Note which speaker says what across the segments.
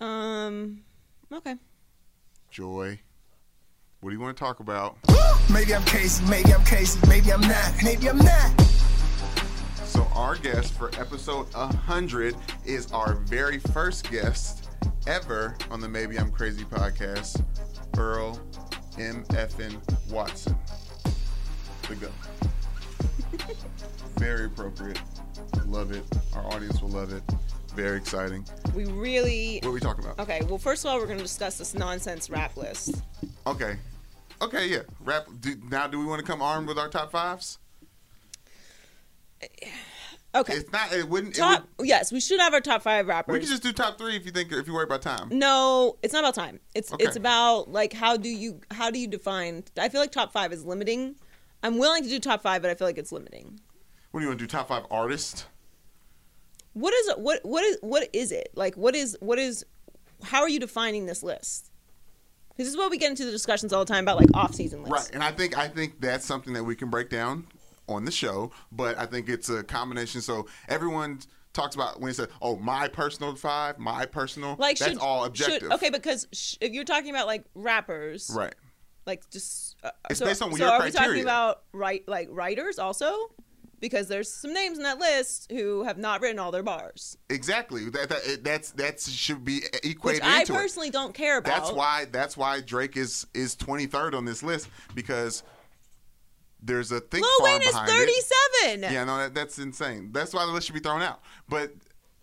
Speaker 1: Um, Okay.
Speaker 2: Joy, what do you want to talk about?
Speaker 3: Maybe I'm crazy, maybe I'm crazy, maybe I'm not, maybe I'm not.
Speaker 2: So, our guest for episode 100 is our very first guest ever on the Maybe I'm Crazy podcast, Earl M. Effin Watson. The go. very appropriate. Love it. Our audience will love it. Very exciting.
Speaker 1: We really.
Speaker 2: What are we talking about?
Speaker 1: Okay. Well, first of all, we're going to discuss this nonsense rap list.
Speaker 2: Okay. Okay, yeah. Rap. Do, now, do we want to come armed with our top fives?
Speaker 1: Okay.
Speaker 2: It's not. It wouldn't. It would,
Speaker 1: top. yes, we should have our top five rappers.
Speaker 2: we could just do top three if you think if you worry about time.
Speaker 1: No, it's not about time. It's
Speaker 2: Okay.
Speaker 1: it's about like how do you how do you define? I feel like top five is limiting. I'm willing to do top five, but I feel like it's limiting.
Speaker 2: What do you want to do? Top five artists?
Speaker 1: What is what what is what is it like? What is what is how are you defining this list? 'Cause This is what we get into the discussions all the time about like off season lists.
Speaker 2: Right, and I think I think that's something that we can break down on the show, but I think it's a combination. So everyone talks about when it says, "Oh, my personal five, my personal."
Speaker 1: Like
Speaker 2: that's
Speaker 1: should,
Speaker 2: all
Speaker 1: should-
Speaker 2: objective.
Speaker 1: okay, because sh- if you're talking about like rappers,
Speaker 2: Right.
Speaker 1: Like just uh,
Speaker 2: It's
Speaker 1: so,
Speaker 2: based on
Speaker 1: so
Speaker 2: your
Speaker 1: are we
Speaker 2: criteria.
Speaker 1: talking about right like writers also? Because there's some names in that list who have not written all their bars,
Speaker 2: Exactly. That, that it- that's that should be
Speaker 1: which
Speaker 2: equated
Speaker 1: I oh.
Speaker 2: into it.
Speaker 1: personally don't care about.
Speaker 2: That's why that's why Drake is is 23rd on this list because there's a think
Speaker 1: Lil
Speaker 2: farm
Speaker 1: Wayne is
Speaker 2: behind it.
Speaker 1: 37.
Speaker 2: Yeah, no, that, that's insane. That's why the list should be thrown out. But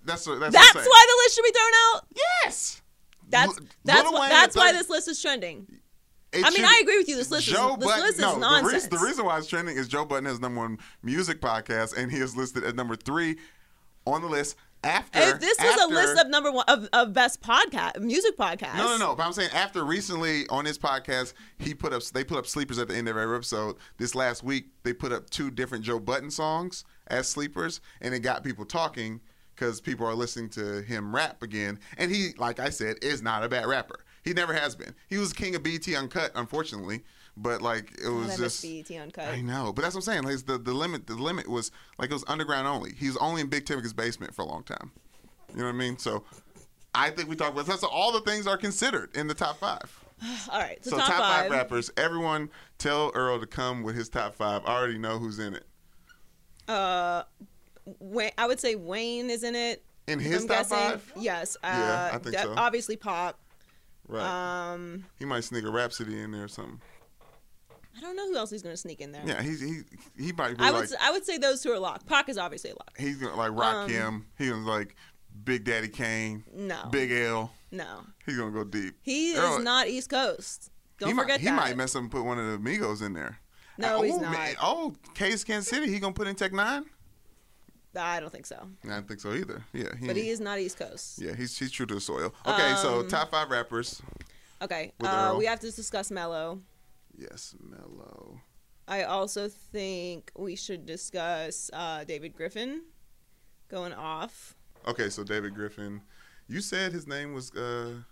Speaker 2: that's what, that's,
Speaker 1: That's
Speaker 2: what I'm
Speaker 1: why
Speaker 2: saying.
Speaker 1: the list should be thrown out.
Speaker 2: Yes.
Speaker 1: That's
Speaker 2: Lil-
Speaker 1: that's
Speaker 2: Lil
Speaker 1: why,
Speaker 2: Wayne
Speaker 1: that's
Speaker 2: at
Speaker 1: why
Speaker 2: thir-
Speaker 1: this list is trending.
Speaker 2: It
Speaker 1: I mean,
Speaker 2: should-
Speaker 1: I agree with you. This list is this
Speaker 2: Button-
Speaker 1: list is
Speaker 2: no, The
Speaker 1: nonsense.
Speaker 2: reason, the reason why it's trending is Joe Button has number one music podcast, and he is listed at number three on the list after.
Speaker 1: if this was a
Speaker 2: after-
Speaker 1: list of number one of, of best podcast music podcasts,
Speaker 2: No, no, no. But I'm saying after recently on his podcast, he put up they put up sleepers at the end of every episode. This last week, they put up two different Joe Button songs as sleepers, and it got people talking because people are listening to him rap again. And he, like I said, is not a bad rapper. He never has been. He was king of BT Uncut, unfortunately, but like it
Speaker 1: Oh,
Speaker 2: was
Speaker 1: that must
Speaker 2: just
Speaker 1: be ET uncut.
Speaker 2: I know, but that's what I'm saying. Like it's the, the limit, the limit was like it was underground only. He was only in Big Tim's basement for a long time. You know what I mean? So I think we talked about that's all the things are considered in the top five.
Speaker 1: All right, so,
Speaker 2: so top five. rappers. Everyone, tell Earl to come with his top five. I already know who's in it.
Speaker 1: Wa- I would say Wayne is in it.
Speaker 2: In
Speaker 1: if
Speaker 2: his
Speaker 1: I'm
Speaker 2: top
Speaker 1: guessing.
Speaker 2: five?
Speaker 1: Yes. Uh,
Speaker 2: Yeah, I think
Speaker 1: de-
Speaker 2: so.
Speaker 1: Obviously, Pop.
Speaker 2: Right.
Speaker 1: Um,
Speaker 2: he might sneak a Rhapsody in there or something.
Speaker 1: I don't know who else he's going to sneak in there.
Speaker 2: Yeah, he's he he might be
Speaker 1: I would
Speaker 2: like
Speaker 1: s- I would say those two are locked. Pac is obviously a lock.
Speaker 2: he's gonna like Rock
Speaker 1: um,
Speaker 2: him. He's gonna like Big Daddy Kane,
Speaker 1: No.
Speaker 2: Big L.
Speaker 1: No,
Speaker 2: He's gonna go deep.
Speaker 1: he
Speaker 2: Earl-
Speaker 1: is not East Coast. Don't
Speaker 2: he
Speaker 1: forget
Speaker 2: might,
Speaker 1: that.
Speaker 2: He might mess up and put one of the amigos in there.
Speaker 1: No,
Speaker 2: Uh,
Speaker 1: he's
Speaker 2: oh, man.
Speaker 1: not.
Speaker 2: Oh, Case Kansas City. He gonna put in Tech Nine?
Speaker 1: I don't think so.
Speaker 2: I don't think so either. Yeah,
Speaker 1: But he is Um, not East Coast.
Speaker 2: Hmm. Yeah, he's he's true to the soil. Okay, so top five rappers.
Speaker 1: Okay.
Speaker 2: With
Speaker 1: Uh,
Speaker 2: Earl.
Speaker 1: we have to discuss Mello.
Speaker 2: Yes, Mello.
Speaker 1: I also think we should discuss uh, David Griffin going off.
Speaker 2: Okay, so David Griffin. You said his name was. uh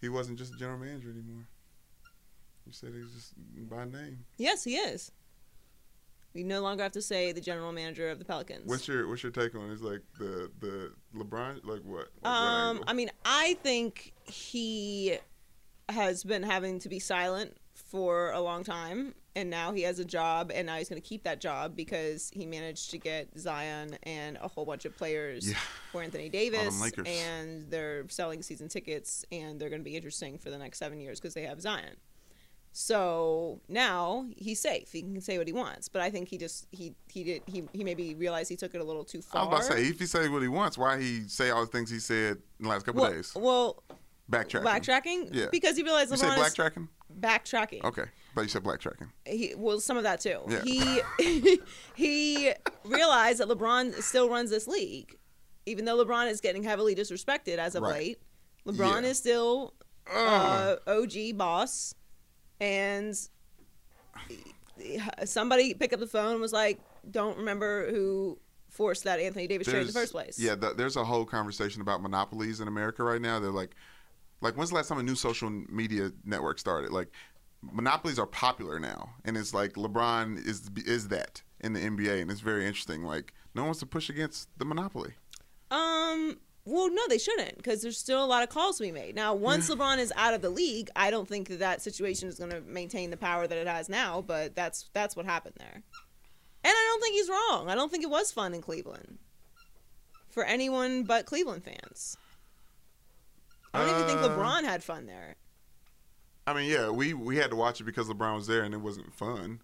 Speaker 2: He wasn't just general manager anymore. You said he was just by name.
Speaker 1: Yes, he is. We no longer have to say the general manager of the Pelicans.
Speaker 2: What's your What's your take on? it? Is like the the LeBron like what? Like what
Speaker 1: um,
Speaker 2: angle?
Speaker 1: I mean, I think he has been having to be silent for a long time, and now he has a job, and now he's going to keep that job because he managed to get Zion and a whole bunch of players
Speaker 2: Yeah.
Speaker 1: for Anthony Davis,
Speaker 2: Lakers.
Speaker 1: and they're selling season tickets, and they're going to be interesting for the next seven years because they have Zion. So now he's safe. He can say what he wants, but I think he just he he did he, he maybe realized he took it a little too
Speaker 2: I
Speaker 1: far.
Speaker 2: was about to say if he say what he wants, why he say all the things he said in the last couple
Speaker 1: well,
Speaker 2: days?
Speaker 1: well,
Speaker 2: Backtracking.
Speaker 1: Backtracking?
Speaker 2: Yeah.
Speaker 1: Because he realized
Speaker 2: You said
Speaker 1: LeBron is
Speaker 2: backtracking?
Speaker 1: backtracking.
Speaker 2: Okay. But you said backtracking.
Speaker 1: He, well, some of that too.
Speaker 2: Yeah.
Speaker 1: He he realized that LeBron still runs this league, even though LeBron is getting heavily disrespected as of
Speaker 2: Right.
Speaker 1: late. LeBron
Speaker 2: Yeah.
Speaker 1: is still
Speaker 2: Ugh.
Speaker 1: uh, OG boss, and somebody picked up the phone and was like, "Don't remember who forced that Anthony Davis trade in the
Speaker 2: There's-
Speaker 1: first place."
Speaker 2: Yeah, th there's a whole conversation about monopolies in America right now. They're like, like when's the last time a new social media network started? Like, monopolies are popular now, and it's like LeBron is is that in the NBA, and it's very interesting. Like, no one wants to push against the monopoly.
Speaker 1: Um, Well, no, they shouldn't because there's still a lot of calls to be made. Now, once LeBron is out of the league, I don't think that that situation is going to maintain the power that it has now. But that's that's what happened there, and I don't think he's wrong. I don't think it was fun in Cleveland for anyone but Cleveland fans. I don't even think
Speaker 2: Uh,
Speaker 1: LeBron had fun there.
Speaker 2: I mean, yeah, we we had to watch it because LeBron was there, and it wasn't fun.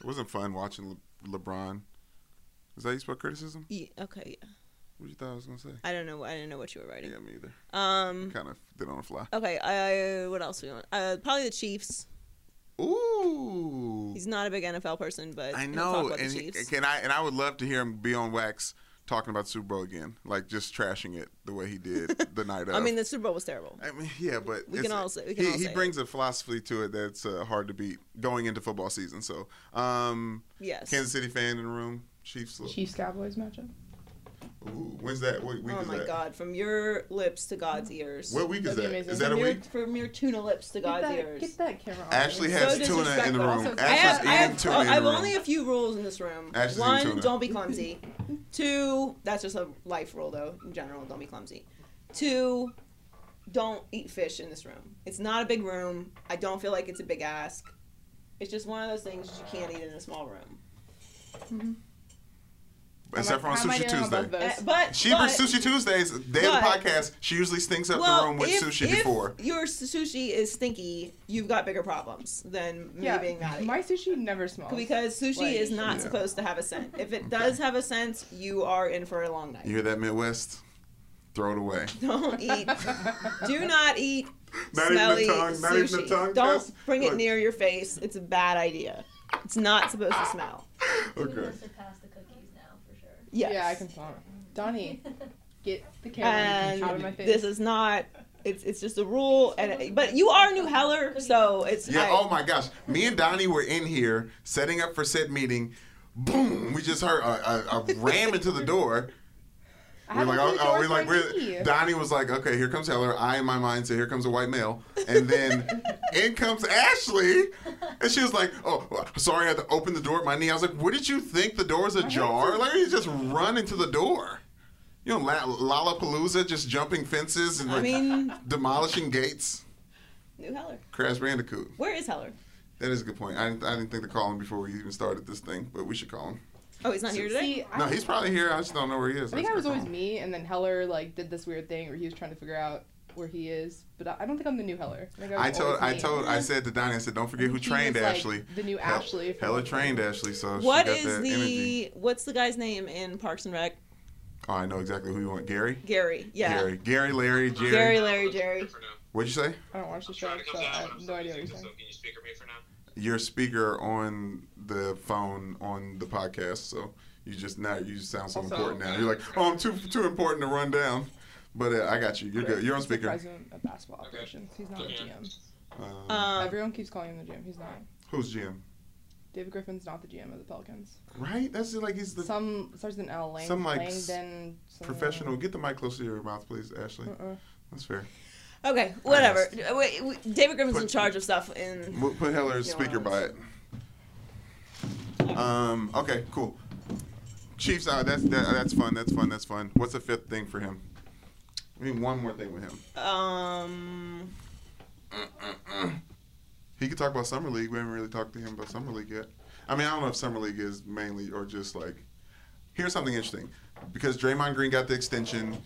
Speaker 2: It wasn't fun watching Le- LeBron. Is that you spoke criticism?
Speaker 1: Yeah, okay, yeah.
Speaker 2: What you thought I was gonna say?
Speaker 1: I don't know. I didn't know what you were writing.
Speaker 2: Yeah, me either.
Speaker 1: Um.
Speaker 2: Kind of did on the fly.
Speaker 1: Okay. I what else we want? Uh, probably the Chiefs.
Speaker 2: Ooh,
Speaker 1: He's not a big NFL person, but
Speaker 2: I
Speaker 1: he'll
Speaker 2: know,
Speaker 1: Talk about
Speaker 2: and,
Speaker 1: the
Speaker 2: he-
Speaker 1: Chiefs.
Speaker 2: and I and I would love to hear him be on wax talking about Super Bowl again, like just trashing it the way he did the night of.
Speaker 1: I mean, the Super Bowl was terrible.
Speaker 2: I mean, yeah, but
Speaker 1: We
Speaker 2: it's-
Speaker 1: can all say- we can
Speaker 2: he,
Speaker 1: all
Speaker 2: he
Speaker 1: say it.
Speaker 2: brings a philosophy to it that's uh, hard to beat going into football season. So, um,
Speaker 1: Yes.
Speaker 2: Kansas City fan in the room, Chiefs. look.
Speaker 4: Chiefs Cowboys matchup.
Speaker 2: Ooh, when's that? What week
Speaker 1: oh
Speaker 2: is
Speaker 1: my
Speaker 2: that?
Speaker 1: God! From your lips to God's ears.
Speaker 2: What week is
Speaker 4: That'd be
Speaker 2: that?
Speaker 4: amazing.
Speaker 2: Is that a
Speaker 1: from, your,
Speaker 2: week?
Speaker 1: from your tuna lips to
Speaker 4: Get
Speaker 1: God's
Speaker 4: that,
Speaker 1: ears.
Speaker 4: get that camera. on.
Speaker 2: Ashley
Speaker 4: It's
Speaker 2: has
Speaker 1: So
Speaker 2: tuna in the
Speaker 4: disrespectful.
Speaker 2: room.
Speaker 4: Also,
Speaker 1: I
Speaker 2: Ashley's
Speaker 1: have, I
Speaker 2: eating
Speaker 1: have,
Speaker 2: tuna
Speaker 1: oh,
Speaker 2: in the
Speaker 1: I have
Speaker 2: room.
Speaker 1: only a few rules in this room.
Speaker 2: Ash is eating
Speaker 1: One,
Speaker 2: tuna.
Speaker 1: don't be clumsy. Two, that's just a life rule though. In general, don't be clumsy. Two, don't eat fish in this room. It's not a big room. I don't feel like it's a big ask. It's just one of those things that you can't eat in a small room.
Speaker 2: Except for on
Speaker 4: How am I
Speaker 2: Sushi
Speaker 4: doing on both
Speaker 2: Tuesday.
Speaker 4: those?
Speaker 1: Uh, But
Speaker 2: She
Speaker 1: but,
Speaker 2: brings Sushi Tuesdays. They
Speaker 1: But-
Speaker 2: have a podcast. She usually stinks up the room with
Speaker 1: if,
Speaker 2: sushi
Speaker 1: if
Speaker 2: before.
Speaker 1: your s- sushi is stinky, you've got bigger problems than me
Speaker 4: yeah,
Speaker 1: being mad at you.
Speaker 4: my sushi never smells.
Speaker 1: Because sushi
Speaker 4: Like-
Speaker 1: is not
Speaker 2: Yeah.
Speaker 1: supposed to have a scent. If it does have a scent, you are in for a long night.
Speaker 2: You hear that, Midwest? Throw it away.
Speaker 1: Don't eat. do not eat.
Speaker 2: Not even the
Speaker 1: smelly
Speaker 2: tongue-
Speaker 1: sushi.
Speaker 2: not even the tongue
Speaker 1: Don't
Speaker 2: test?
Speaker 1: bring it
Speaker 2: Look.
Speaker 1: near your face. It's a bad idea. It's not supposed to smell.
Speaker 5: We're
Speaker 2: Okay.
Speaker 5: gonna surpass the cookies now for sure.
Speaker 1: Yes.
Speaker 4: Yeah, I can smell it. Donnie, get the camera out of my
Speaker 1: And
Speaker 4: face.
Speaker 1: this is not. It's it's just a rule. And but you are New Heller, so it's
Speaker 2: Yeah,
Speaker 1: I-
Speaker 2: oh my gosh. Me and Donnie were in here setting up for said meeting. Boom! We just heard a, a, a ram into the door.
Speaker 4: I
Speaker 2: We're
Speaker 4: haven't
Speaker 2: like, oh, oh, we're
Speaker 4: really doors
Speaker 2: like,
Speaker 4: for my
Speaker 2: we're,
Speaker 4: key.
Speaker 2: Donnie was like, okay, here comes Heller. I, in my mind, said, here comes a white male. And then in comes Ashley. And she was like, oh, sorry, I had to open the door with my knee. I was like, what did you think? The door's ajar? Like, you just run into the door. You know, La- Lollapalooza, just jumping fences and
Speaker 1: I
Speaker 2: like,
Speaker 1: mean
Speaker 2: demolishing gates.
Speaker 1: New Heller.
Speaker 2: Crash Bandicoot.
Speaker 1: Where is Heller?
Speaker 2: That is a good point. I didn't, I didn't think to call him before we even started this thing, but we should call him.
Speaker 1: Oh, he's not here today.
Speaker 4: See, I,
Speaker 2: No, he's probably here. I just don't know where he is.
Speaker 4: I think
Speaker 2: Let's
Speaker 4: I was
Speaker 2: go
Speaker 4: always
Speaker 2: call him.
Speaker 4: me, and then Heller like did this weird thing where he was trying to figure out where he is. But I, I don't think I'm the new Heller. I, think was
Speaker 2: I told,
Speaker 4: always
Speaker 2: I
Speaker 4: me.
Speaker 2: told, I said to Donnie, I said, don't forget who
Speaker 4: He
Speaker 2: trained
Speaker 4: was, like,
Speaker 2: Ashley.
Speaker 4: the new
Speaker 2: Hel-
Speaker 4: Ashley. from-
Speaker 2: Hella trained Ashley, so
Speaker 1: What
Speaker 2: oh, she got
Speaker 1: is
Speaker 2: that
Speaker 1: the
Speaker 2: energy.
Speaker 1: what's the guy's name in Parks and Rec?
Speaker 2: Oh, I know exactly who you want. Gary.
Speaker 1: Gary. Yeah.
Speaker 2: Gary. Gary. Larry. Jerry.
Speaker 1: Gary, Larry, Jerry.
Speaker 2: What'd you say?
Speaker 4: I don't watch the show,
Speaker 6: Trying to come
Speaker 4: so I
Speaker 6: down, but
Speaker 4: have
Speaker 6: I'm
Speaker 4: no
Speaker 6: still
Speaker 4: idea what you're
Speaker 6: using this,
Speaker 4: saying.
Speaker 6: so Can you speak with me for now?
Speaker 2: Your speaker on the phone on the podcast, so you just now you just sound so
Speaker 4: Also-
Speaker 2: important now. You're like, oh, I'm too too important to run down. But uh, I got you. You're good. You're on
Speaker 4: He's the
Speaker 2: speaker.
Speaker 4: president of basketball operations. He's not a
Speaker 6: Okay.
Speaker 4: GM.
Speaker 2: Um,
Speaker 1: Um,
Speaker 4: Everyone keeps calling him the GM. He's not.
Speaker 2: who's Jim?
Speaker 4: David Griffin's not the GM of the Pelicans.
Speaker 2: Right? That's just like he's the
Speaker 4: some starts with an L. Lang,
Speaker 2: some, like, s-
Speaker 4: Langdon. some-
Speaker 2: professional. Get the mic closer to your mouth, please, Ashley.
Speaker 4: Uh-uh.
Speaker 2: That's fair.
Speaker 1: okay, whatever. Uh, Wait, wait, David Griffin's in charge of stuff in.
Speaker 2: We'll put Heller's
Speaker 1: No,
Speaker 2: speaker
Speaker 1: I
Speaker 2: by it. Um. Okay. Cool. Chiefs. Uh, that's that, that's fun. That's fun. That's fun. What's the fifth thing for him? I mean, one more thing with him.
Speaker 1: Um,
Speaker 2: He could talk about summer league. We haven't really talked to him about summer league yet. I mean, I don't know if summer league is mainly or just like. Here's something interesting, because Draymond Green got the extension.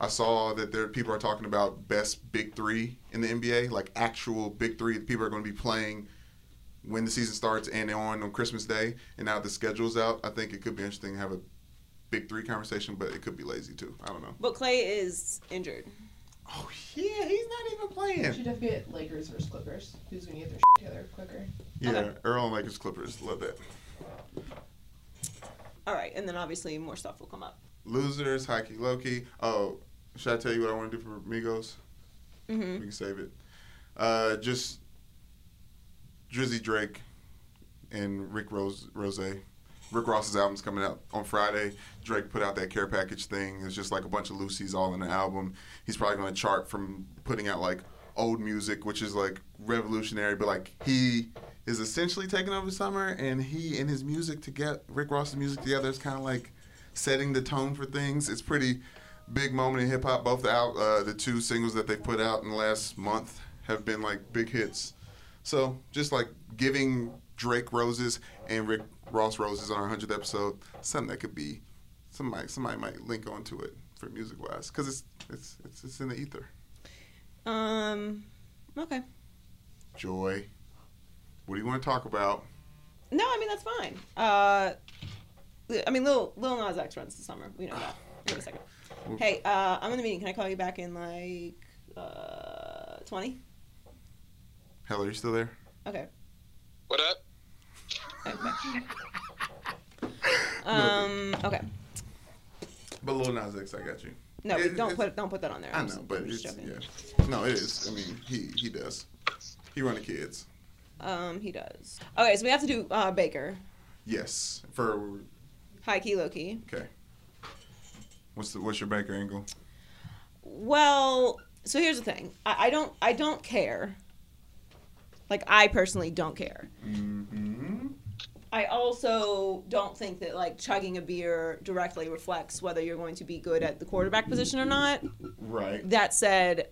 Speaker 2: I saw that there people are talking about best big three in the NBA, like actual big three. that People are going to be playing when the season starts and on on Christmas Day. And now the schedule's out. I think it could be interesting to have a big three conversation, but it could be lazy too. I don't know.
Speaker 1: but Clay is injured.
Speaker 2: Oh yeah, he's not even playing.
Speaker 4: We should have get Lakers versus Clippers. Who's gonna get their shit together quicker?
Speaker 2: Yeah,
Speaker 1: Okay.
Speaker 2: Earl and Lakers Clippers. Love that.
Speaker 1: All right, and then obviously more stuff will come up.
Speaker 2: Losers, Hockey Loki. Oh, should I tell you what I want to do for Migos?
Speaker 1: Mm-hmm.
Speaker 2: We can save it. Uh, just Drizzy Drake and Rick Rose Rose. Rick Ross's album's coming out on Friday. Drake put out that care package thing. It's just like a bunch of Lucy's all in the album. He's probably going to chart from putting out like old music, which is like revolutionary, but like he is essentially taking over summer, and he and his music to get Rick Ross's music together is kind of like setting the tone for things. It's pretty big moment in hip hop. Both the out, uh, the two singles that they put out in the last month have been like big hits. So just like giving Drake roses and Rick Ross roses on our hundredth episode, something that could be somebody somebody might link onto it for music wise because it's, it's it's it's in the ether.
Speaker 1: Um, okay.
Speaker 2: Joy, what do you want to talk about?
Speaker 1: No, I mean that's fine. Uh, I mean Lil Lil Nas X runs the summer. We know that. Wait a second. Hey, uh, I'm in the meeting. Can I call you back in like uh twenty?
Speaker 2: Hell, are you still there?
Speaker 1: Okay.
Speaker 6: What up?
Speaker 1: Okay. Um. Okay.
Speaker 2: But Lil Nas X, I got you.
Speaker 1: No,
Speaker 2: It-
Speaker 1: don't
Speaker 2: it's-
Speaker 1: put don't put that on there.
Speaker 2: I
Speaker 1: I'm
Speaker 2: know,
Speaker 1: just-
Speaker 2: but
Speaker 1: I'm
Speaker 2: it's
Speaker 1: just joking.
Speaker 2: yeah. No, it is. I mean, he he does. He run the kids.
Speaker 1: Um, he does. Okay, so we have to do uh, Baker.
Speaker 2: Yes. For
Speaker 1: High key, low key.
Speaker 2: okay. What's the what's your Baker angle?
Speaker 1: Well, so here's the thing. I, I don't I don't care. Like I personally don't care.
Speaker 2: Mm-hmm.
Speaker 1: I also don't think that like chugging a beer directly reflects whether you're going to be good at the quarterback position or not.
Speaker 2: Right.
Speaker 1: That said,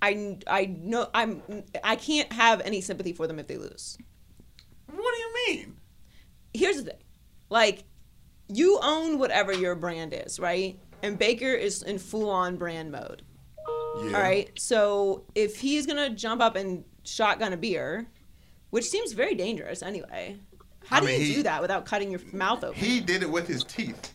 Speaker 1: I I know I'm I can't have any sympathy for them if they lose.
Speaker 2: What do you mean?
Speaker 1: here's the thing like you own whatever your brand is right and baker is in full-on brand mode
Speaker 2: Yeah.
Speaker 1: all right so if he's gonna jump up and shotgun a beer which seems very dangerous anyway how
Speaker 2: I
Speaker 1: do
Speaker 2: mean,
Speaker 1: you
Speaker 2: he-
Speaker 1: do that without cutting your mouth open
Speaker 2: He did it with his teeth.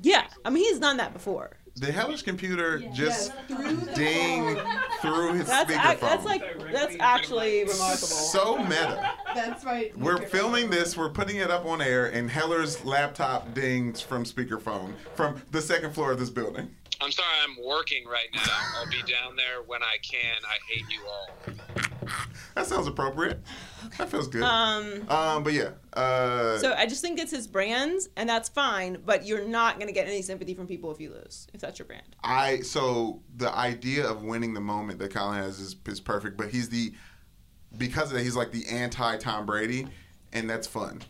Speaker 1: yeah i mean he's done that before
Speaker 2: The hellish computer just
Speaker 4: Through
Speaker 2: ding through his
Speaker 1: that's, ac-
Speaker 2: speakerphone.
Speaker 1: that's like that's actually remarkable
Speaker 2: so meta.
Speaker 4: That's my.
Speaker 2: We're filming this. We're putting it up on air, and Heller's laptop dings from speakerphone from the second floor of this building.
Speaker 6: I'm sorry, I'm working right now. I'll be down there when I can. I hate you all.
Speaker 2: That sounds appropriate. That feels good.
Speaker 1: um
Speaker 2: Um, but yeah. Uh,
Speaker 1: so i just think it's his brand and that's fine but you're not gonna get any sympathy from people if you lose if that's your brand
Speaker 2: I so the idea of winning the moment that Colin has is, is perfect, but he's the because of that he's like the anti Tom Brady, and that's fun.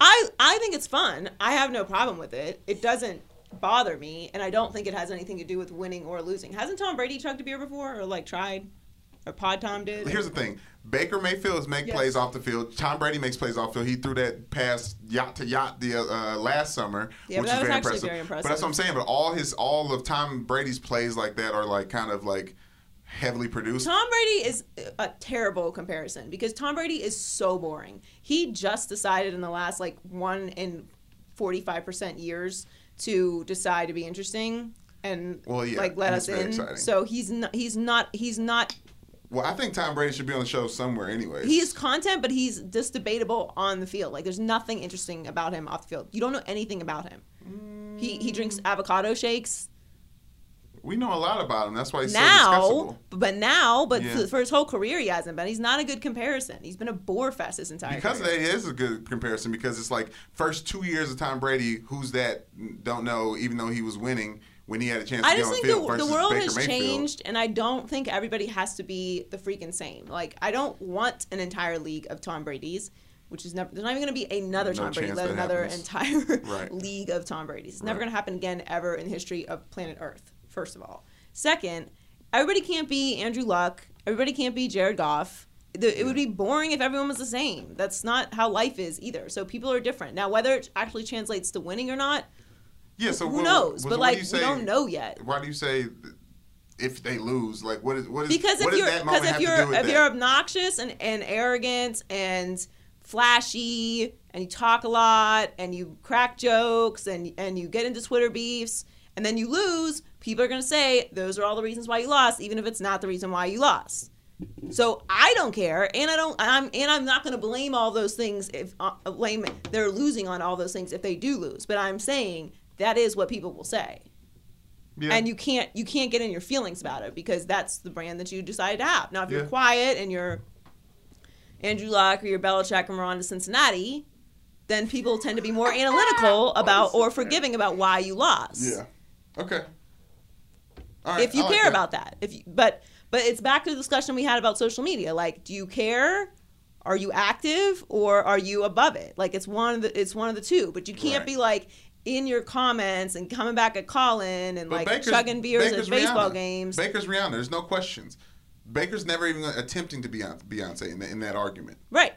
Speaker 1: I I think it's fun. I have no problem with it. It doesn't bother me, and I don't think it has anything to do with winning or losing. Hasn't Tom Brady chugged a beer before, or like tried, or Pod Tom did?
Speaker 2: Here's the thing: Baker Mayfield is make
Speaker 4: Yes.
Speaker 2: plays off the field. Tom Brady makes plays off field. He threw that pass yacht to yacht the uh, last summer,
Speaker 1: Yeah, but
Speaker 2: which
Speaker 1: that was
Speaker 2: is very
Speaker 1: actually
Speaker 2: impressive.
Speaker 1: very impressive.
Speaker 2: But that's what I'm saying. But all his all of Tom Brady's plays like that are like kind of like heavily produced.
Speaker 1: Tom Brady is a terrible comparison because Tom Brady is so boring. He just decided in the last like one in forty five percent years to decide to be interesting and
Speaker 2: Well, yeah,
Speaker 1: like let
Speaker 2: and
Speaker 1: us
Speaker 2: it's very
Speaker 1: in.
Speaker 2: exciting.
Speaker 1: So he's not he's not he's not
Speaker 2: well, I think Tom Brady should be on the show somewhere anyway.
Speaker 1: He is content, but he's just debatable on the field. Like there's nothing interesting about him off the field. You don't know anything about him. He he drinks avocado shakes
Speaker 2: we know a lot about him. That's why he's so
Speaker 1: now,
Speaker 2: discussable.
Speaker 1: but now, but
Speaker 2: Yeah.
Speaker 1: for his whole career he hasn't been. He's not a good comparison. He's been a bore fest his entire
Speaker 2: Because of
Speaker 1: career.
Speaker 2: that, it is a good comparison because it's like first two years of Tom Brady, who's that? Don't know. Even though he was winning when he had a chance to
Speaker 1: I
Speaker 2: get
Speaker 1: just
Speaker 2: on
Speaker 1: think
Speaker 2: field
Speaker 1: the, the
Speaker 2: versus
Speaker 1: world
Speaker 2: Baker
Speaker 1: has
Speaker 2: Mayfield.
Speaker 1: changed, and I don't think everybody has to be the freaking same. Like I don't want an entire league of Tom Brady's, which is never. There's not even going to be another
Speaker 2: No
Speaker 1: Tom Brady.
Speaker 2: chance
Speaker 1: Let
Speaker 2: that
Speaker 1: another
Speaker 2: happens.
Speaker 1: entire
Speaker 2: Right.
Speaker 1: league of Tom Brady's. It's never
Speaker 2: Right.
Speaker 1: going to happen again ever in the history of planet Earth. First of all, second, everybody can't be Andrew Luck. Everybody can't be Jared Goff. The, it would be boring if everyone was the same. That's not how life is either. So people are different. Now, whether it actually translates to winning or not,
Speaker 2: Yeah. So
Speaker 1: who
Speaker 2: what-
Speaker 1: knows?
Speaker 2: what-
Speaker 1: But
Speaker 2: what do
Speaker 1: like,
Speaker 2: you
Speaker 1: we
Speaker 2: say-
Speaker 1: don't know yet.
Speaker 2: Why do you say th- if they lose? Like, what is what is
Speaker 1: because
Speaker 2: what
Speaker 1: if
Speaker 2: does
Speaker 1: you're
Speaker 2: that
Speaker 1: because
Speaker 2: moment
Speaker 1: if
Speaker 2: have to do
Speaker 1: you're
Speaker 2: with
Speaker 1: if
Speaker 2: that?
Speaker 1: you're obnoxious and, and arrogant and flashy and you talk a lot and you crack jokes and and you get into Twitter beefs and then you lose, people are gonna say those are all the reasons why you lost, even if it's not the reason why you lost. So I don't care, and I don't. I'm and I'm not going to blame all those things if uh, blame they're losing on all those things if they do lose. But I'm saying that is what people will say
Speaker 2: yeah.
Speaker 1: and you can't you can't get in your feelings about it because that's the brand that you decided to have. Now, if you're
Speaker 2: Yeah.
Speaker 1: quiet and you're Andrew Luck or you're Belichick and we're on to Cincinnati, then people tend to be more analytical about or forgiving about why you lost.
Speaker 2: yeah. Okay. All right,
Speaker 1: If you
Speaker 2: I like
Speaker 1: care
Speaker 2: that.
Speaker 1: about that, if you, but but it's back to the discussion we had about social media. Like, do you care? Are you active or are you above it? Like it's one of the it's one of the two. But you can't
Speaker 2: Right.
Speaker 1: be like in your comments and coming back at Colin and like
Speaker 2: Baker's-
Speaker 1: chugging beers
Speaker 2: Baker's
Speaker 1: at baseball
Speaker 2: Rihanna.
Speaker 1: games.
Speaker 2: Baker's Rihanna. There's no questions. Baker's never even attempting to be on Beyonce in, that- in that argument.
Speaker 1: right.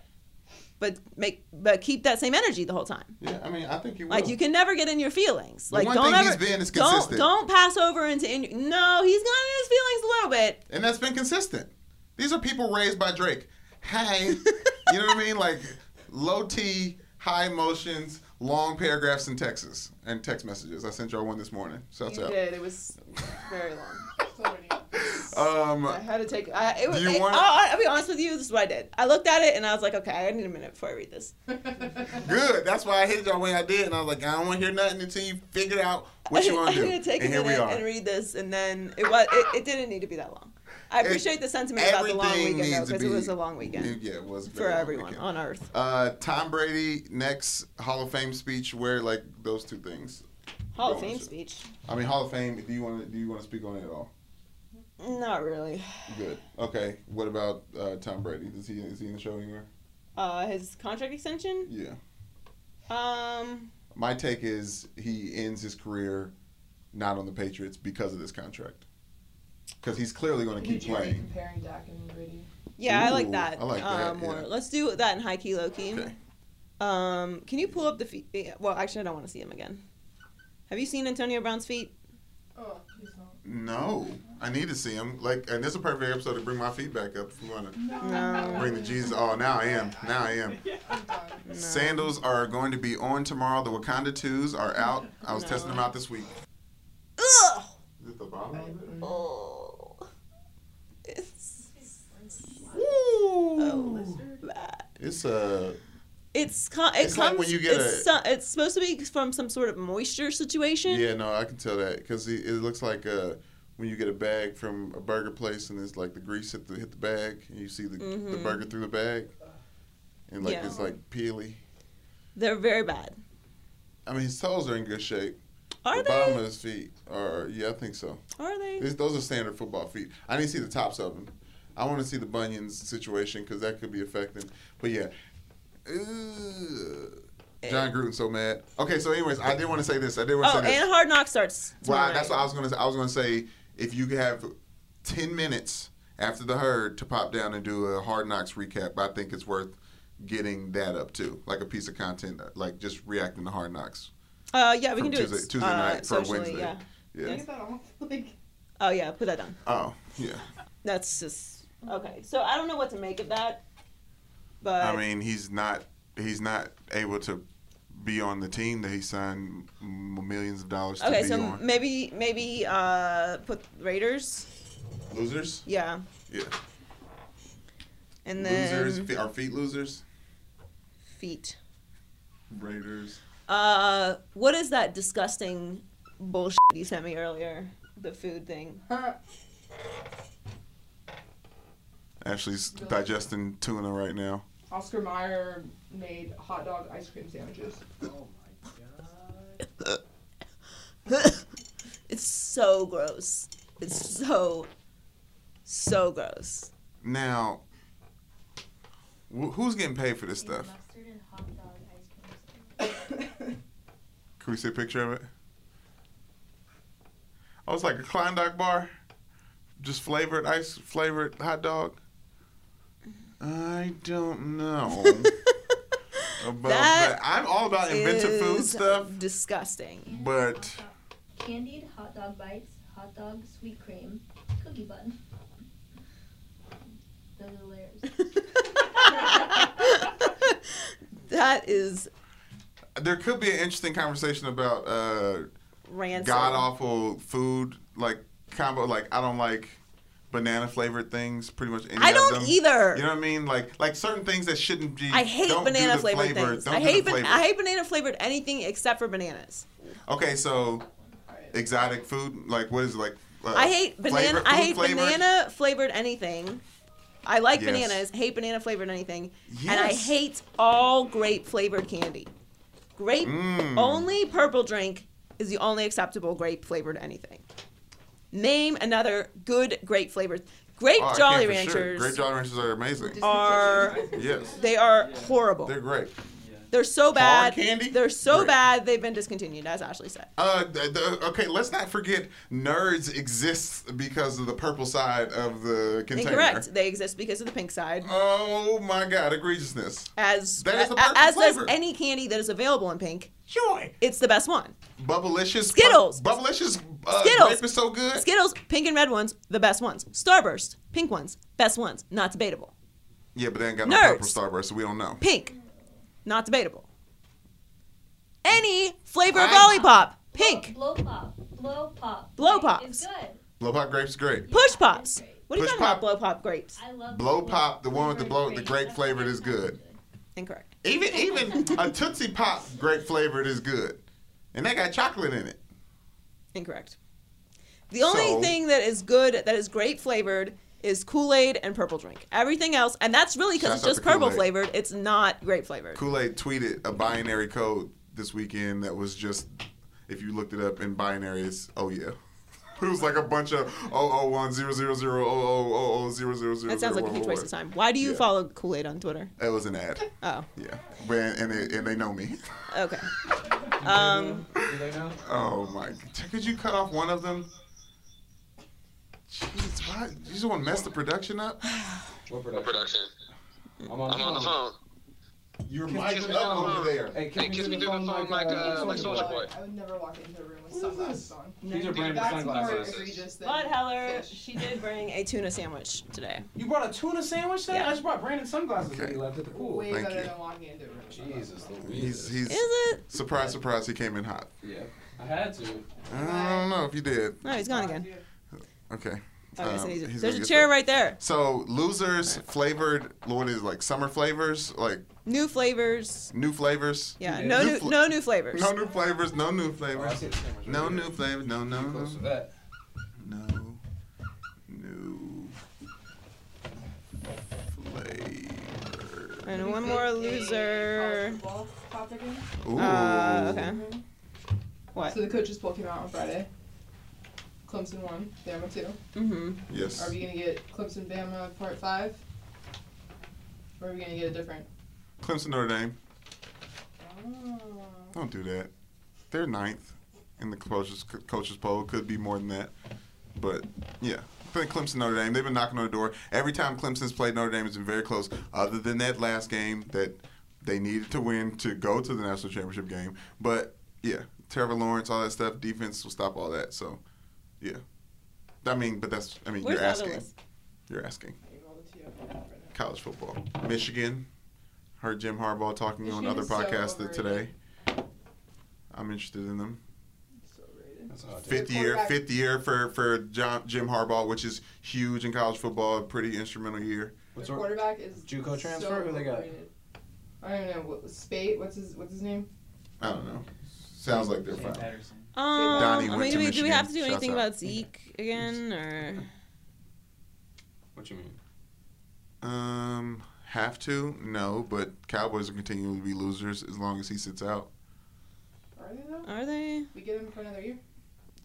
Speaker 1: But make but keep that same energy the whole time.
Speaker 2: Yeah, I mean, I think you will.
Speaker 1: Like you can never get in your feelings.
Speaker 2: The
Speaker 1: like
Speaker 2: one
Speaker 1: don't
Speaker 2: thing
Speaker 1: ever
Speaker 2: he's been is
Speaker 1: don't
Speaker 2: consistent.
Speaker 1: don't pass over into in your, no. He's gone in his feelings a little bit.
Speaker 2: and that's been consistent. These are people raised by Drake. Hey, you know what I mean? Like low T, high emotions, long paragraphs in Texas and text messages. I sent y'all one this morning. Shouts
Speaker 4: You
Speaker 2: out.
Speaker 4: did. It was very long.
Speaker 2: Um,
Speaker 4: I had to take.
Speaker 1: I, it was,
Speaker 2: Do you
Speaker 1: it-
Speaker 2: wanna-
Speaker 1: I'll, I'll be honest with you. This is what I did. I looked at it and I was like, okay, I need a minute before I read this.
Speaker 2: good. That's why I hit y'all when I did, and I was like, I don't want to hear nothing until you figure out what you want
Speaker 1: I
Speaker 2: to do.
Speaker 1: need to take a
Speaker 2: and here we
Speaker 1: minute
Speaker 2: are.
Speaker 1: and read this, and then it was it, it didn't need to be that long. I
Speaker 2: It-
Speaker 1: appreciate the sentiment about the long
Speaker 2: everything
Speaker 1: weekend though,
Speaker 2: needs to
Speaker 1: because it
Speaker 2: be-
Speaker 1: was a long weekend
Speaker 2: Yeah, it was a
Speaker 1: for
Speaker 2: very long
Speaker 1: everyone
Speaker 2: weekend.
Speaker 1: on Earth.
Speaker 2: Uh, Tom Brady next Hall of Fame speech, where like those two things.
Speaker 1: Hall
Speaker 2: Oh,
Speaker 1: of Fame
Speaker 2: shit.
Speaker 1: speech?
Speaker 2: I mean, Hall of Fame. Do you want to do you want to speak on it at all?
Speaker 1: Not really.
Speaker 2: Good. Okay. What about uh, Tom Brady? Is he is he in the show anywhere?
Speaker 1: Uh, his contract extension.
Speaker 2: Yeah.
Speaker 1: Um,
Speaker 2: My take is he ends his career not on the Patriots because of this contract. Because he's clearly going to keep playing.
Speaker 4: comparing Dak and Brady?
Speaker 1: yeah, I
Speaker 2: Ooh,
Speaker 1: like that.
Speaker 2: I like that,
Speaker 1: um, more.
Speaker 2: yeah.
Speaker 1: Let's do that in high key, low key.
Speaker 2: Okay.
Speaker 1: Um, can you pull up the feet? yeah, Well, actually, I don't want to see him again. Have you seen Antonio Brown's feet?
Speaker 4: Oh, please not.
Speaker 2: No, I need to see him. Like, and this is a perfect episode to bring my feedback up. If we want
Speaker 4: Mm-hmm.
Speaker 2: to
Speaker 1: No.
Speaker 2: bring the Jesus. Oh, now I am. Now I am.
Speaker 1: no.
Speaker 2: Sandals are going to be on tomorrow. The Wakanda twos are out. I was
Speaker 1: No.
Speaker 2: testing them out this week.
Speaker 1: Ugh.
Speaker 2: Is it the bottom of it?
Speaker 1: Oh. It's so bad.
Speaker 2: It's uh,
Speaker 1: It's con- it
Speaker 2: It's
Speaker 1: comes.
Speaker 2: like when you get
Speaker 1: it's,
Speaker 2: a-
Speaker 1: so- it's supposed to be from some sort of moisture situation.
Speaker 2: yeah, no, I can tell that because it, it looks like uh, when you get a bag from a burger place and it's like the grease hit the hit the bag and you see the, the
Speaker 1: Mhm.
Speaker 2: burger through the bag, and like
Speaker 1: Yeah.
Speaker 2: it's like peely.
Speaker 1: They're very bad.
Speaker 2: I mean, his toes are in good shape.
Speaker 1: Are
Speaker 2: the
Speaker 1: they?
Speaker 2: bottom of his feet are yeah, I think so.
Speaker 1: Are they?
Speaker 2: These, those are standard football feet. I didn't see the tops of them. I want to see the bunions situation because that could be affecting. But yeah, Ugh. John Gruden so mad. Okay, so anyways, I did want to say this. I did want to
Speaker 1: Eh. Oh,
Speaker 2: say this.
Speaker 1: and Hard Knock starts.
Speaker 2: Well,
Speaker 1: tomorrow
Speaker 2: I- that's
Speaker 1: night.
Speaker 2: what I was gonna. Say. I was gonna say if you could have ten minutes after the herd to pop down and do a Hard Knocks recap, I think it's worth getting that up too, like a piece of content, like just reacting to Hard Knocks.
Speaker 1: Uh, yeah, we
Speaker 2: from
Speaker 1: can do
Speaker 2: Tuesday,
Speaker 1: it
Speaker 2: Tuesday
Speaker 1: uh,
Speaker 2: night for
Speaker 1: socially,
Speaker 2: Wednesday.
Speaker 1: Yeah.
Speaker 4: Can I
Speaker 2: Yeah.
Speaker 4: get that off? Like,
Speaker 1: Oh yeah, put that down.
Speaker 2: Oh, yeah.
Speaker 1: That's just okay. So I don't know what to make of that, but
Speaker 2: I mean, he's not he's not able to be on the team that he signed m- millions of dollars to
Speaker 1: okay,
Speaker 2: be
Speaker 1: so
Speaker 2: on.
Speaker 1: maybe maybe uh, put Raiders.
Speaker 2: Losers,
Speaker 1: Yeah,
Speaker 2: yeah.
Speaker 1: and then
Speaker 2: losers fe- are feet losers.
Speaker 1: feet.
Speaker 2: Raiders.
Speaker 1: Uh, what is that disgusting bullshit you sent me earlier? The food thing.
Speaker 2: Ashley's digesting tuna right now.
Speaker 4: Oscar Mayer made hot dog ice cream sandwiches.
Speaker 1: it's so gross. It's so, so gross.
Speaker 2: Now, wh- who's getting paid for this
Speaker 5: Made
Speaker 2: stuff?
Speaker 5: Mustard and hot dog ice cream sandwich.
Speaker 2: Can we see a picture of it? Oh, it's like a Klondike bar, just flavored ice, flavored hot dog. I don't know about
Speaker 1: That
Speaker 2: that. I'm all Um, about inventive food
Speaker 1: Is
Speaker 2: stuff,
Speaker 1: Disgusting.
Speaker 5: And
Speaker 2: But-
Speaker 5: hot dog- Candied hot dog bites, hot dog sweet cream, cookie bun. Those are the layers.
Speaker 1: that is
Speaker 2: there could be an interesting conversation about uh,
Speaker 1: rancid.
Speaker 2: god awful food like combo. Like I don't like banana flavored things. Pretty much any
Speaker 1: I
Speaker 2: of
Speaker 1: don't
Speaker 2: them.
Speaker 1: either.
Speaker 2: You know what I mean? Like like certain things that shouldn't be.
Speaker 1: I hate
Speaker 2: don't do
Speaker 1: banana
Speaker 2: the
Speaker 1: flavored
Speaker 2: flavor,
Speaker 1: things.
Speaker 2: Don't
Speaker 1: I
Speaker 2: do
Speaker 1: hate
Speaker 2: the
Speaker 1: ban-
Speaker 2: flavor.
Speaker 1: I hate banana flavored anything except for bananas.
Speaker 2: Okay, so exotic food, like what is it, like? Uh,
Speaker 1: I hate banana.
Speaker 2: flavor-
Speaker 1: I
Speaker 2: food
Speaker 1: hate
Speaker 2: flavored?
Speaker 1: banana flavored anything. I like
Speaker 2: Yes.
Speaker 1: bananas. Hate banana flavored anything. And I
Speaker 2: Yes.
Speaker 1: hate all grape flavored candy. Grape
Speaker 2: Mm.
Speaker 1: only purple drink is the only acceptable grape flavored anything. Name another good grape flavored. Grape
Speaker 2: Oh, I
Speaker 1: Jolly
Speaker 2: can't for sure.
Speaker 1: Ranchers
Speaker 2: Grape Jolly Ranchers are amazing.
Speaker 1: are
Speaker 2: Yes,
Speaker 1: they are horrible.
Speaker 2: they're great.
Speaker 1: They're so bad.
Speaker 2: candy?
Speaker 1: They're so
Speaker 2: Right.
Speaker 1: bad. They've been discontinued, as Ashley said.
Speaker 2: Uh, the, the, okay, let's not forget nerds exists because of the purple side of the container.
Speaker 1: Incorrect. They exist because of the pink side.
Speaker 2: Oh my god, egregiousness.
Speaker 1: As
Speaker 2: That is the
Speaker 1: a-
Speaker 2: purple
Speaker 1: as does
Speaker 2: flavor.
Speaker 1: any candy that is available in pink,
Speaker 2: Joy.
Speaker 1: it's the best one.
Speaker 2: Bubblicious.
Speaker 1: Skittles.
Speaker 2: Bubblicious. Uh,
Speaker 1: Skittles.
Speaker 2: Grape is so good.
Speaker 1: Skittles, pink and red ones, the best ones. Starburst, pink ones, best ones, not debatable.
Speaker 2: Yeah, but they ain't got no
Speaker 1: Nerds.
Speaker 2: purple starburst, so we don't know.
Speaker 1: Pink, not debatable. Any flavor of
Speaker 2: I-
Speaker 1: lollipop, pink.
Speaker 5: Oh, Blow pop. Blow pop.
Speaker 1: Blow
Speaker 5: grape is
Speaker 1: pops.
Speaker 5: good.
Speaker 2: Blow pop grape's great.
Speaker 1: Push pops. What are you
Speaker 2: Push
Speaker 1: talking
Speaker 2: pop.
Speaker 1: about? Blow pop grapes.
Speaker 5: I love
Speaker 2: Blow pop, the one with the blow- the
Speaker 5: flavored
Speaker 2: grape
Speaker 5: grapes.
Speaker 2: flavored is good.
Speaker 1: Incorrect.
Speaker 2: Even even a Tootsie Pop grape flavored is good, and that got chocolate in it.
Speaker 1: Incorrect. The only
Speaker 2: So-
Speaker 1: thing that is good, that is grape flavored, is Kool Aid and purple drink. Everything else, and that's really because
Speaker 2: Shouts
Speaker 1: it's
Speaker 2: out
Speaker 1: just
Speaker 2: to Kool-Aid.
Speaker 1: purple flavored. It's not grape flavored.
Speaker 2: Kool Aid tweeted a binary code this weekend that was just, if you looked it up in binary, it's oh yeah. It was like a bunch of 001, 000, 0000, 0000.
Speaker 1: That sounds like a huge waste of time. Why do you
Speaker 2: Yeah.
Speaker 1: follow Kool Aid on Twitter?
Speaker 2: It was an ad.
Speaker 1: Oh,
Speaker 2: Yeah. But, and, they, and they know me.
Speaker 1: okay. Um,
Speaker 7: Do they know?
Speaker 2: Oh my. Could you cut off one of them? Jeez, why? You just want to mess the production up?
Speaker 7: What production?
Speaker 6: Production.
Speaker 7: I'm on the
Speaker 6: I'm on the
Speaker 8: Oh.
Speaker 6: phone.
Speaker 2: You're
Speaker 7: mic
Speaker 2: mic'd
Speaker 7: up over
Speaker 2: there.
Speaker 7: Hey,
Speaker 6: Hey, kiss me through the phone like uh, like Soldier Boy.
Speaker 4: I would never walk into a room with sunglasses on.
Speaker 7: These are branded
Speaker 4: That's more
Speaker 7: sunglasses.
Speaker 4: egregious than.
Speaker 1: Maud Heller, she did bring a tuna sandwich today.
Speaker 7: You brought a tuna sandwich today?
Speaker 1: Yeah.
Speaker 7: I just brought Brandon sunglasses
Speaker 2: Okay.
Speaker 7: when he left at the pool.
Speaker 4: Way
Speaker 2: Thank
Speaker 4: better
Speaker 2: you.
Speaker 4: than walking into a room. with
Speaker 7: Jesus
Speaker 2: He's,
Speaker 7: Louise.
Speaker 2: he's,
Speaker 1: Is it?
Speaker 2: surprise, surprise, he came in hot.
Speaker 7: Yep. I had to.
Speaker 2: I don't know if you did.
Speaker 1: No, he's gone again.
Speaker 4: sunglasses.
Speaker 2: Okay.
Speaker 1: Okay, so
Speaker 2: Um,
Speaker 1: he's- there's
Speaker 2: he's gonna
Speaker 1: a
Speaker 2: get
Speaker 1: chair
Speaker 2: stuck.
Speaker 1: right there.
Speaker 2: So losers flavored, what is it, like summer flavors, like
Speaker 1: New flavors.
Speaker 2: new flavors.
Speaker 1: Yeah,
Speaker 7: Yeah.
Speaker 1: no
Speaker 2: New
Speaker 1: new,
Speaker 2: fla-
Speaker 1: no new flavors.
Speaker 2: No new flavors. No new
Speaker 7: Oh, I
Speaker 2: flavors.
Speaker 7: see the sandwich right
Speaker 2: No
Speaker 7: here.
Speaker 2: new flavors. No no no
Speaker 7: Close to that.
Speaker 2: no new flavor.
Speaker 1: And one more loser.
Speaker 4: Football topic again?
Speaker 2: Ooh.
Speaker 1: Uh, okay. What?
Speaker 4: So the coaches' poll came out on Friday. Clemson won. Bama two.
Speaker 1: Mm-hmm.
Speaker 4: Are
Speaker 2: Yes.
Speaker 4: we gonna get Clemson Bama part five? Or are we gonna get a different?
Speaker 2: Clemson Notre Dame.
Speaker 4: Oh.
Speaker 2: Don't do that. They're ninth in the coaches coaches poll. Could be more than that, but yeah. I think Clemson Notre Dame. They've been knocking on the door every time Clemson's played Notre Dame. It's been very close. Other than that last game that they needed to win to go to the national championship game. But yeah, Trevor Lawrence, all that stuff. Defense will stop all that. So yeah. I mean, but that's I mean
Speaker 1: Where's
Speaker 2: you're
Speaker 1: the other
Speaker 2: asking.
Speaker 1: list?
Speaker 2: You're asking college football. Michigan. Heard Jim Harbaugh talking
Speaker 4: Michigan
Speaker 2: on other
Speaker 4: is so
Speaker 2: podcasts that today.
Speaker 4: overrated.
Speaker 2: I'm interested in them.
Speaker 4: So rated.
Speaker 7: That's how I did it.
Speaker 2: Fifth year,
Speaker 4: quarterback-
Speaker 2: fifth year for for John, Jim Harbaugh, which is huge in college football. a Pretty instrumental year.
Speaker 7: What's
Speaker 4: Their
Speaker 7: our-
Speaker 4: quarterback is
Speaker 7: JUCO
Speaker 4: so
Speaker 7: transfer? Who they got?
Speaker 4: overrated. I don't even know what Spate. What's his What's his name?
Speaker 2: I don't know. Sounds like they're fine.
Speaker 7: Patterson.
Speaker 1: Um,
Speaker 2: Donnie
Speaker 1: I
Speaker 2: went
Speaker 1: mean,
Speaker 2: to
Speaker 1: do, we, do we have to do
Speaker 2: Michigan.
Speaker 1: anything
Speaker 2: Shouts out.
Speaker 1: about Zeke again, or
Speaker 7: What you mean?
Speaker 2: Um, have to no, but Cowboys will continue to be losers as long as he sits out.
Speaker 4: Are they though?
Speaker 1: are they?
Speaker 4: We get him for another year.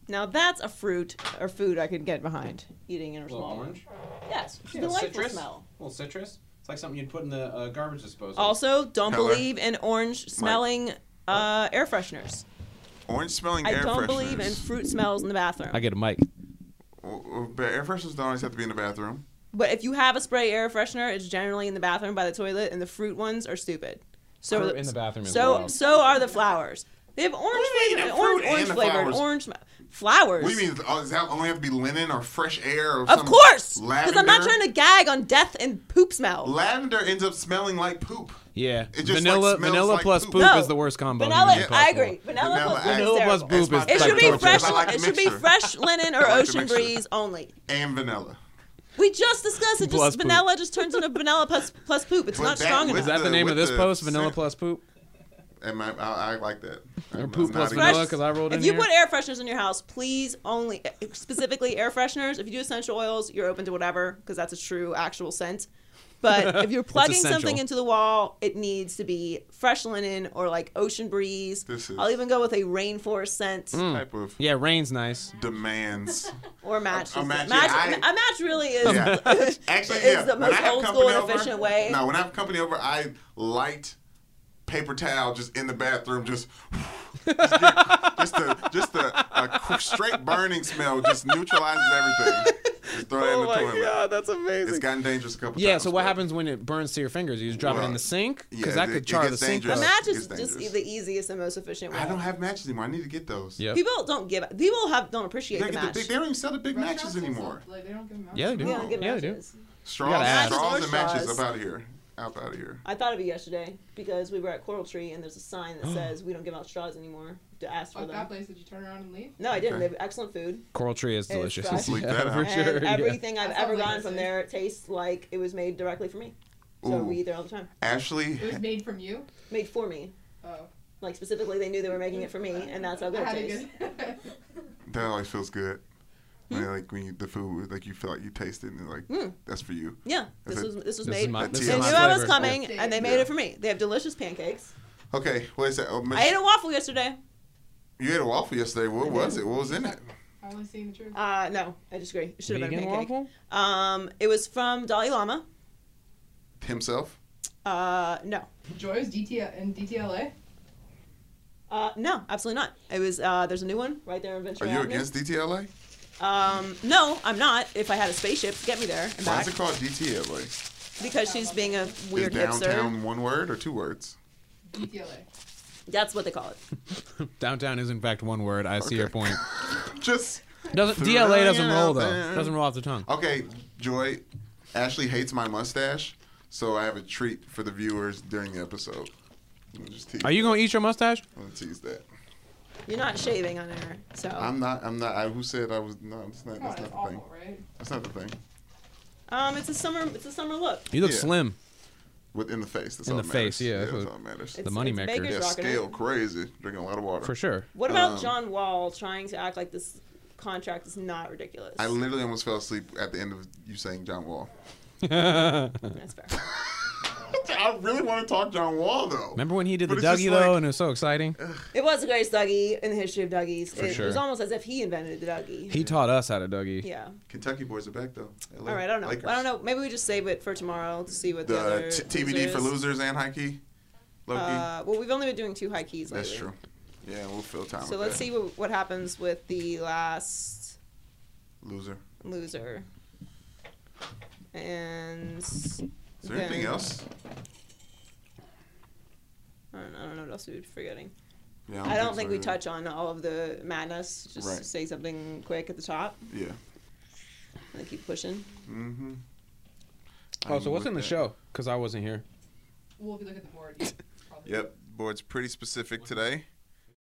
Speaker 1: Now that's a fruit or food I could get behind eating in
Speaker 7: A
Speaker 1: a
Speaker 7: little
Speaker 1: small one.
Speaker 7: orange,
Speaker 1: Yes, it's a
Speaker 7: Yeah,
Speaker 1: delightful
Speaker 7: citrus.
Speaker 1: smell.
Speaker 7: a little citrus. It's like something you'd put in the uh, garbage disposal.
Speaker 1: Also, don't
Speaker 2: Heller.
Speaker 1: believe in orange smelling uh, air fresheners.
Speaker 2: Orange smelling
Speaker 1: I
Speaker 2: air
Speaker 1: don't
Speaker 2: fresheners.
Speaker 1: believe in fruit smells in the bathroom.
Speaker 7: get a mic.
Speaker 2: Oh, oh, but air fresheners don't always have to be in the bathroom.
Speaker 1: But if you have a spray air freshener, it's generally in the bathroom by the toilet, and the fruit ones are stupid. So
Speaker 7: Fruit in the bathroom is
Speaker 1: So
Speaker 7: wild.
Speaker 1: so are the flowers. They have orange
Speaker 2: do you mean,
Speaker 1: flavored,
Speaker 2: the fruit
Speaker 1: orange,
Speaker 2: and
Speaker 1: orange
Speaker 2: the
Speaker 1: flavored,
Speaker 2: flowers?
Speaker 1: orange sm- flowers.
Speaker 2: What do you mean? Oh, Does that only have to be linen or fresh air or
Speaker 1: Of
Speaker 2: some
Speaker 1: course, because
Speaker 2: Lavender.
Speaker 1: I'm not trying to gag on death and poop smell.
Speaker 2: Lavender ends up smelling like poop.
Speaker 8: Yeah,
Speaker 2: It just,
Speaker 8: vanilla
Speaker 2: like, smells
Speaker 8: vanilla
Speaker 2: like
Speaker 8: plus
Speaker 2: poop.
Speaker 8: poop,
Speaker 1: No.
Speaker 8: is the worst combo.
Speaker 1: Vanilla,
Speaker 8: humanly
Speaker 1: I
Speaker 8: possible.
Speaker 1: agree. Vanilla,
Speaker 2: Vanilla
Speaker 1: plus poop is
Speaker 8: Vanilla
Speaker 1: terrible.
Speaker 2: It's
Speaker 8: plus poop is
Speaker 2: my
Speaker 1: It should
Speaker 8: like
Speaker 1: be
Speaker 8: torture.
Speaker 1: fresh.
Speaker 2: I like
Speaker 1: it should be
Speaker 2: mixture.
Speaker 1: fresh linen or
Speaker 2: I like the
Speaker 1: ocean
Speaker 2: mixture.
Speaker 1: breeze only.
Speaker 2: And vanilla.
Speaker 1: We just discussed it.
Speaker 8: Plus
Speaker 1: Just
Speaker 8: poop.
Speaker 1: vanilla just turns into vanilla plus plus poop. It's
Speaker 2: But
Speaker 1: not
Speaker 2: that
Speaker 1: strong
Speaker 2: was
Speaker 8: Is
Speaker 1: enough.
Speaker 8: that
Speaker 2: The-
Speaker 8: the, name of
Speaker 2: with
Speaker 8: this
Speaker 2: the
Speaker 8: post? Vanilla
Speaker 2: scent.
Speaker 8: plus poop
Speaker 2: And my, I, I like that.
Speaker 8: or
Speaker 2: I'm-
Speaker 8: poop
Speaker 2: I'm
Speaker 8: plus
Speaker 2: not
Speaker 1: Fresh-
Speaker 8: vanilla? Because I rolled in
Speaker 1: If you
Speaker 8: here.
Speaker 1: put air fresheners in your house, please only specifically air fresheners. If you do essential oils, you're open to whatever because that's a true actual scent. But if you're
Speaker 8: It's
Speaker 1: plugging
Speaker 8: essential.
Speaker 1: something into the wall, it needs to be fresh linen or like ocean breeze.
Speaker 2: This is-
Speaker 1: I'll even go with a rainforest scent
Speaker 8: Mm.
Speaker 2: type of
Speaker 6: Hmm.
Speaker 8: yeah, rain's nice.
Speaker 2: demands.
Speaker 1: or match.
Speaker 2: A- a match,
Speaker 1: match,
Speaker 2: yeah, I-
Speaker 1: a match really is
Speaker 2: Yeah. Actually,
Speaker 1: is
Speaker 2: yeah.
Speaker 1: the
Speaker 2: when I
Speaker 1: most
Speaker 2: have
Speaker 1: old
Speaker 2: company
Speaker 1: school and
Speaker 2: over,
Speaker 1: efficient way.
Speaker 2: No, when I have company over, I light paper towel just in the bathroom, just just, get- just the just the a qu- straight burning smell just neutralizes everything. Just throw that in the toilet.
Speaker 8: that's amazing.
Speaker 2: It's gotten dangerous a couple
Speaker 8: Oh yeah,
Speaker 2: times.
Speaker 8: so what
Speaker 2: but-
Speaker 8: happens when it burns to your fingers? You just drop it in
Speaker 2: Well,
Speaker 8: the sink? Because
Speaker 2: yeah,
Speaker 8: that
Speaker 2: it-
Speaker 8: could
Speaker 2: it
Speaker 8: char the
Speaker 2: gets
Speaker 8: sink.
Speaker 2: dangerous.
Speaker 8: up.
Speaker 1: match
Speaker 2: It's
Speaker 1: is just
Speaker 2: dangerous.
Speaker 1: the easiest and most efficient way.
Speaker 2: I don't have matches anymore. I need to get those.
Speaker 8: Yep.
Speaker 1: People don't give. People have don't appreciate
Speaker 2: They,
Speaker 1: the
Speaker 2: get the
Speaker 1: match.
Speaker 2: big, they don't even sell the big matches
Speaker 4: Restaurants and
Speaker 2: anymore.
Speaker 4: stuff, Like, they don't give 'em out.
Speaker 8: Yeah, they do.
Speaker 1: yeah, they give
Speaker 8: Yeah, they do.
Speaker 1: matches.
Speaker 8: gotta
Speaker 2: Straws,
Speaker 8: ask.
Speaker 2: straws and matches.
Speaker 1: Straws.
Speaker 2: Up out of here. Up out of here.
Speaker 1: I thought of it yesterday because we were at Coral Tree and there's a sign that says we don't give out straws anymore to ask for
Speaker 4: Fuck Oh, that
Speaker 1: them.
Speaker 4: place. Did you turn around and leave?
Speaker 1: No, I didn't.
Speaker 2: Okay.
Speaker 1: They have excellent food.
Speaker 8: Coral tree is
Speaker 1: It's
Speaker 8: delicious.
Speaker 1: fresh.
Speaker 2: Sleep
Speaker 8: Yeah,
Speaker 2: that
Speaker 8: for
Speaker 2: out.
Speaker 1: And
Speaker 8: sure. yeah.
Speaker 1: everything I've
Speaker 4: That
Speaker 1: ever
Speaker 4: sounds like
Speaker 1: gotten
Speaker 4: a
Speaker 1: from
Speaker 4: sick-
Speaker 1: there tastes like it was made directly for me. So
Speaker 2: Ooh.
Speaker 1: we eat there all the time.
Speaker 2: Ashley,
Speaker 4: It was made from you.
Speaker 1: Made for me.
Speaker 4: Oh,
Speaker 1: Like specifically, they knew they were making it for me, and that's how good
Speaker 4: I
Speaker 1: it
Speaker 4: had a
Speaker 1: tastes.
Speaker 4: good.
Speaker 2: that always feels good.
Speaker 1: Hmm?
Speaker 2: When, like when you, the food, like you feel like you taste it, and you're like
Speaker 1: Mm.
Speaker 2: that's for you.
Speaker 1: Yeah, this
Speaker 2: Is it-
Speaker 1: was this was
Speaker 8: This
Speaker 1: made.
Speaker 8: is my, this is
Speaker 1: they
Speaker 2: TMI
Speaker 1: knew
Speaker 8: my
Speaker 1: I was
Speaker 8: flavor.
Speaker 1: coming,
Speaker 4: Yeah.
Speaker 1: and they made
Speaker 2: Yeah.
Speaker 1: it for me. They have delicious pancakes.
Speaker 2: Okay, what is that? Oh, Mitch,
Speaker 1: I ate a waffle yesterday.
Speaker 2: you ate a waffle yesterday. What was it? What was in it?
Speaker 4: I only seen the truth.
Speaker 1: Uh, no, I disagree. It should have been a
Speaker 8: Vegan
Speaker 1: pancake.
Speaker 8: waffle?
Speaker 1: Um, it was from Dalai Lama.
Speaker 2: Himself.
Speaker 1: Uh, no,
Speaker 4: Joy was DTL and DTLA.
Speaker 1: uh, no, absolutely not. It was. Uh, there's a new one right there in
Speaker 2: Are
Speaker 1: Ventura.
Speaker 2: you
Speaker 1: Avenue.
Speaker 2: against DTLA?
Speaker 1: Um, no, I'm not. If I had a spaceship, to get me there and
Speaker 2: Why
Speaker 1: back
Speaker 2: is it called DTLA?
Speaker 1: because she's being a weird
Speaker 2: is downtown
Speaker 1: hipster.
Speaker 2: one word or two words?
Speaker 4: DTLA.
Speaker 1: That's what they call it.
Speaker 8: Downtown is in fact one word. I see your
Speaker 2: Okay.
Speaker 8: point.
Speaker 2: Just
Speaker 8: Doesn't
Speaker 2: Throwing
Speaker 8: DLA doesn't
Speaker 2: it
Speaker 8: roll
Speaker 2: out
Speaker 8: though.
Speaker 2: there.
Speaker 8: Doesn't roll off the tongue.
Speaker 2: okay. Joy, Ashley hates my mustache, so I have a treat for the viewers during the episode. I'm gonna just tease.
Speaker 8: Are you gonna eat your mustache?
Speaker 2: I'm gonna tease that.
Speaker 1: You're not shaving on air, so
Speaker 2: I'm not. I'm not. I, who said I was? No, that's not.
Speaker 4: Come on,
Speaker 2: That's
Speaker 4: that's
Speaker 2: not the thing.
Speaker 4: awful, right?
Speaker 2: That's not the thing.
Speaker 1: um, it's a summer. It's a summer look.
Speaker 8: You look
Speaker 2: Yeah.
Speaker 8: slim.
Speaker 2: Within the face. That's
Speaker 8: In
Speaker 2: all
Speaker 8: the
Speaker 2: that matters.
Speaker 8: face, yeah, that's
Speaker 2: That's
Speaker 8: what-
Speaker 2: all that matters.
Speaker 1: It's,
Speaker 8: money
Speaker 1: it's
Speaker 8: maker.
Speaker 1: Baker's
Speaker 2: Yeah,
Speaker 1: rocking it.
Speaker 2: scale crazy. Drinking a lot of water.
Speaker 8: For sure.
Speaker 1: What about
Speaker 2: Um,
Speaker 1: John Wall trying to act like this contract is not ridiculous?
Speaker 2: I literally almost fell asleep at the end of you saying John Wall.
Speaker 8: Remember
Speaker 1: That's fair.
Speaker 2: I really want to talk John Wall though.
Speaker 8: when he did
Speaker 2: But
Speaker 8: the
Speaker 2: it's just
Speaker 8: Dougie though
Speaker 2: like-
Speaker 8: and it was so exciting?
Speaker 1: It was the greatest Dougie in the history of Dougies. it
Speaker 8: sure.
Speaker 1: was almost as if he invented the Dougie.
Speaker 8: He taught us how to Dougie.
Speaker 1: yeah.
Speaker 2: Kentucky boys are back though. LA
Speaker 1: All right. I don't know.
Speaker 2: Lakers.
Speaker 1: I don't know. Maybe we just save it for tomorrow to see what the, other
Speaker 2: The t- TBD
Speaker 1: loser
Speaker 2: for
Speaker 1: is.
Speaker 2: losers and high key. Low key.
Speaker 1: Uh, well, we've only been doing two high keys lately.
Speaker 2: That's true. Yeah, we'll fill time.
Speaker 1: So
Speaker 2: with
Speaker 1: let's
Speaker 2: that.
Speaker 1: see what, what happens with the last
Speaker 2: Loser.
Speaker 1: loser. And
Speaker 2: Is there anything
Speaker 1: then-
Speaker 2: else?
Speaker 1: I don't, I don't know what else we would be forgetting.
Speaker 2: Yeah.
Speaker 1: I don't think
Speaker 2: so
Speaker 1: we
Speaker 2: either.
Speaker 1: touch on all of the madness. Just
Speaker 2: Right.
Speaker 1: say something quick at the top
Speaker 2: Yeah.
Speaker 1: and then keep pushing.
Speaker 2: Mm-hmm.
Speaker 8: Oh, so what's in the show? Because I wasn't here.
Speaker 4: Well, if you look at the board, yeah, probably.
Speaker 2: Yep. Board's pretty specific today.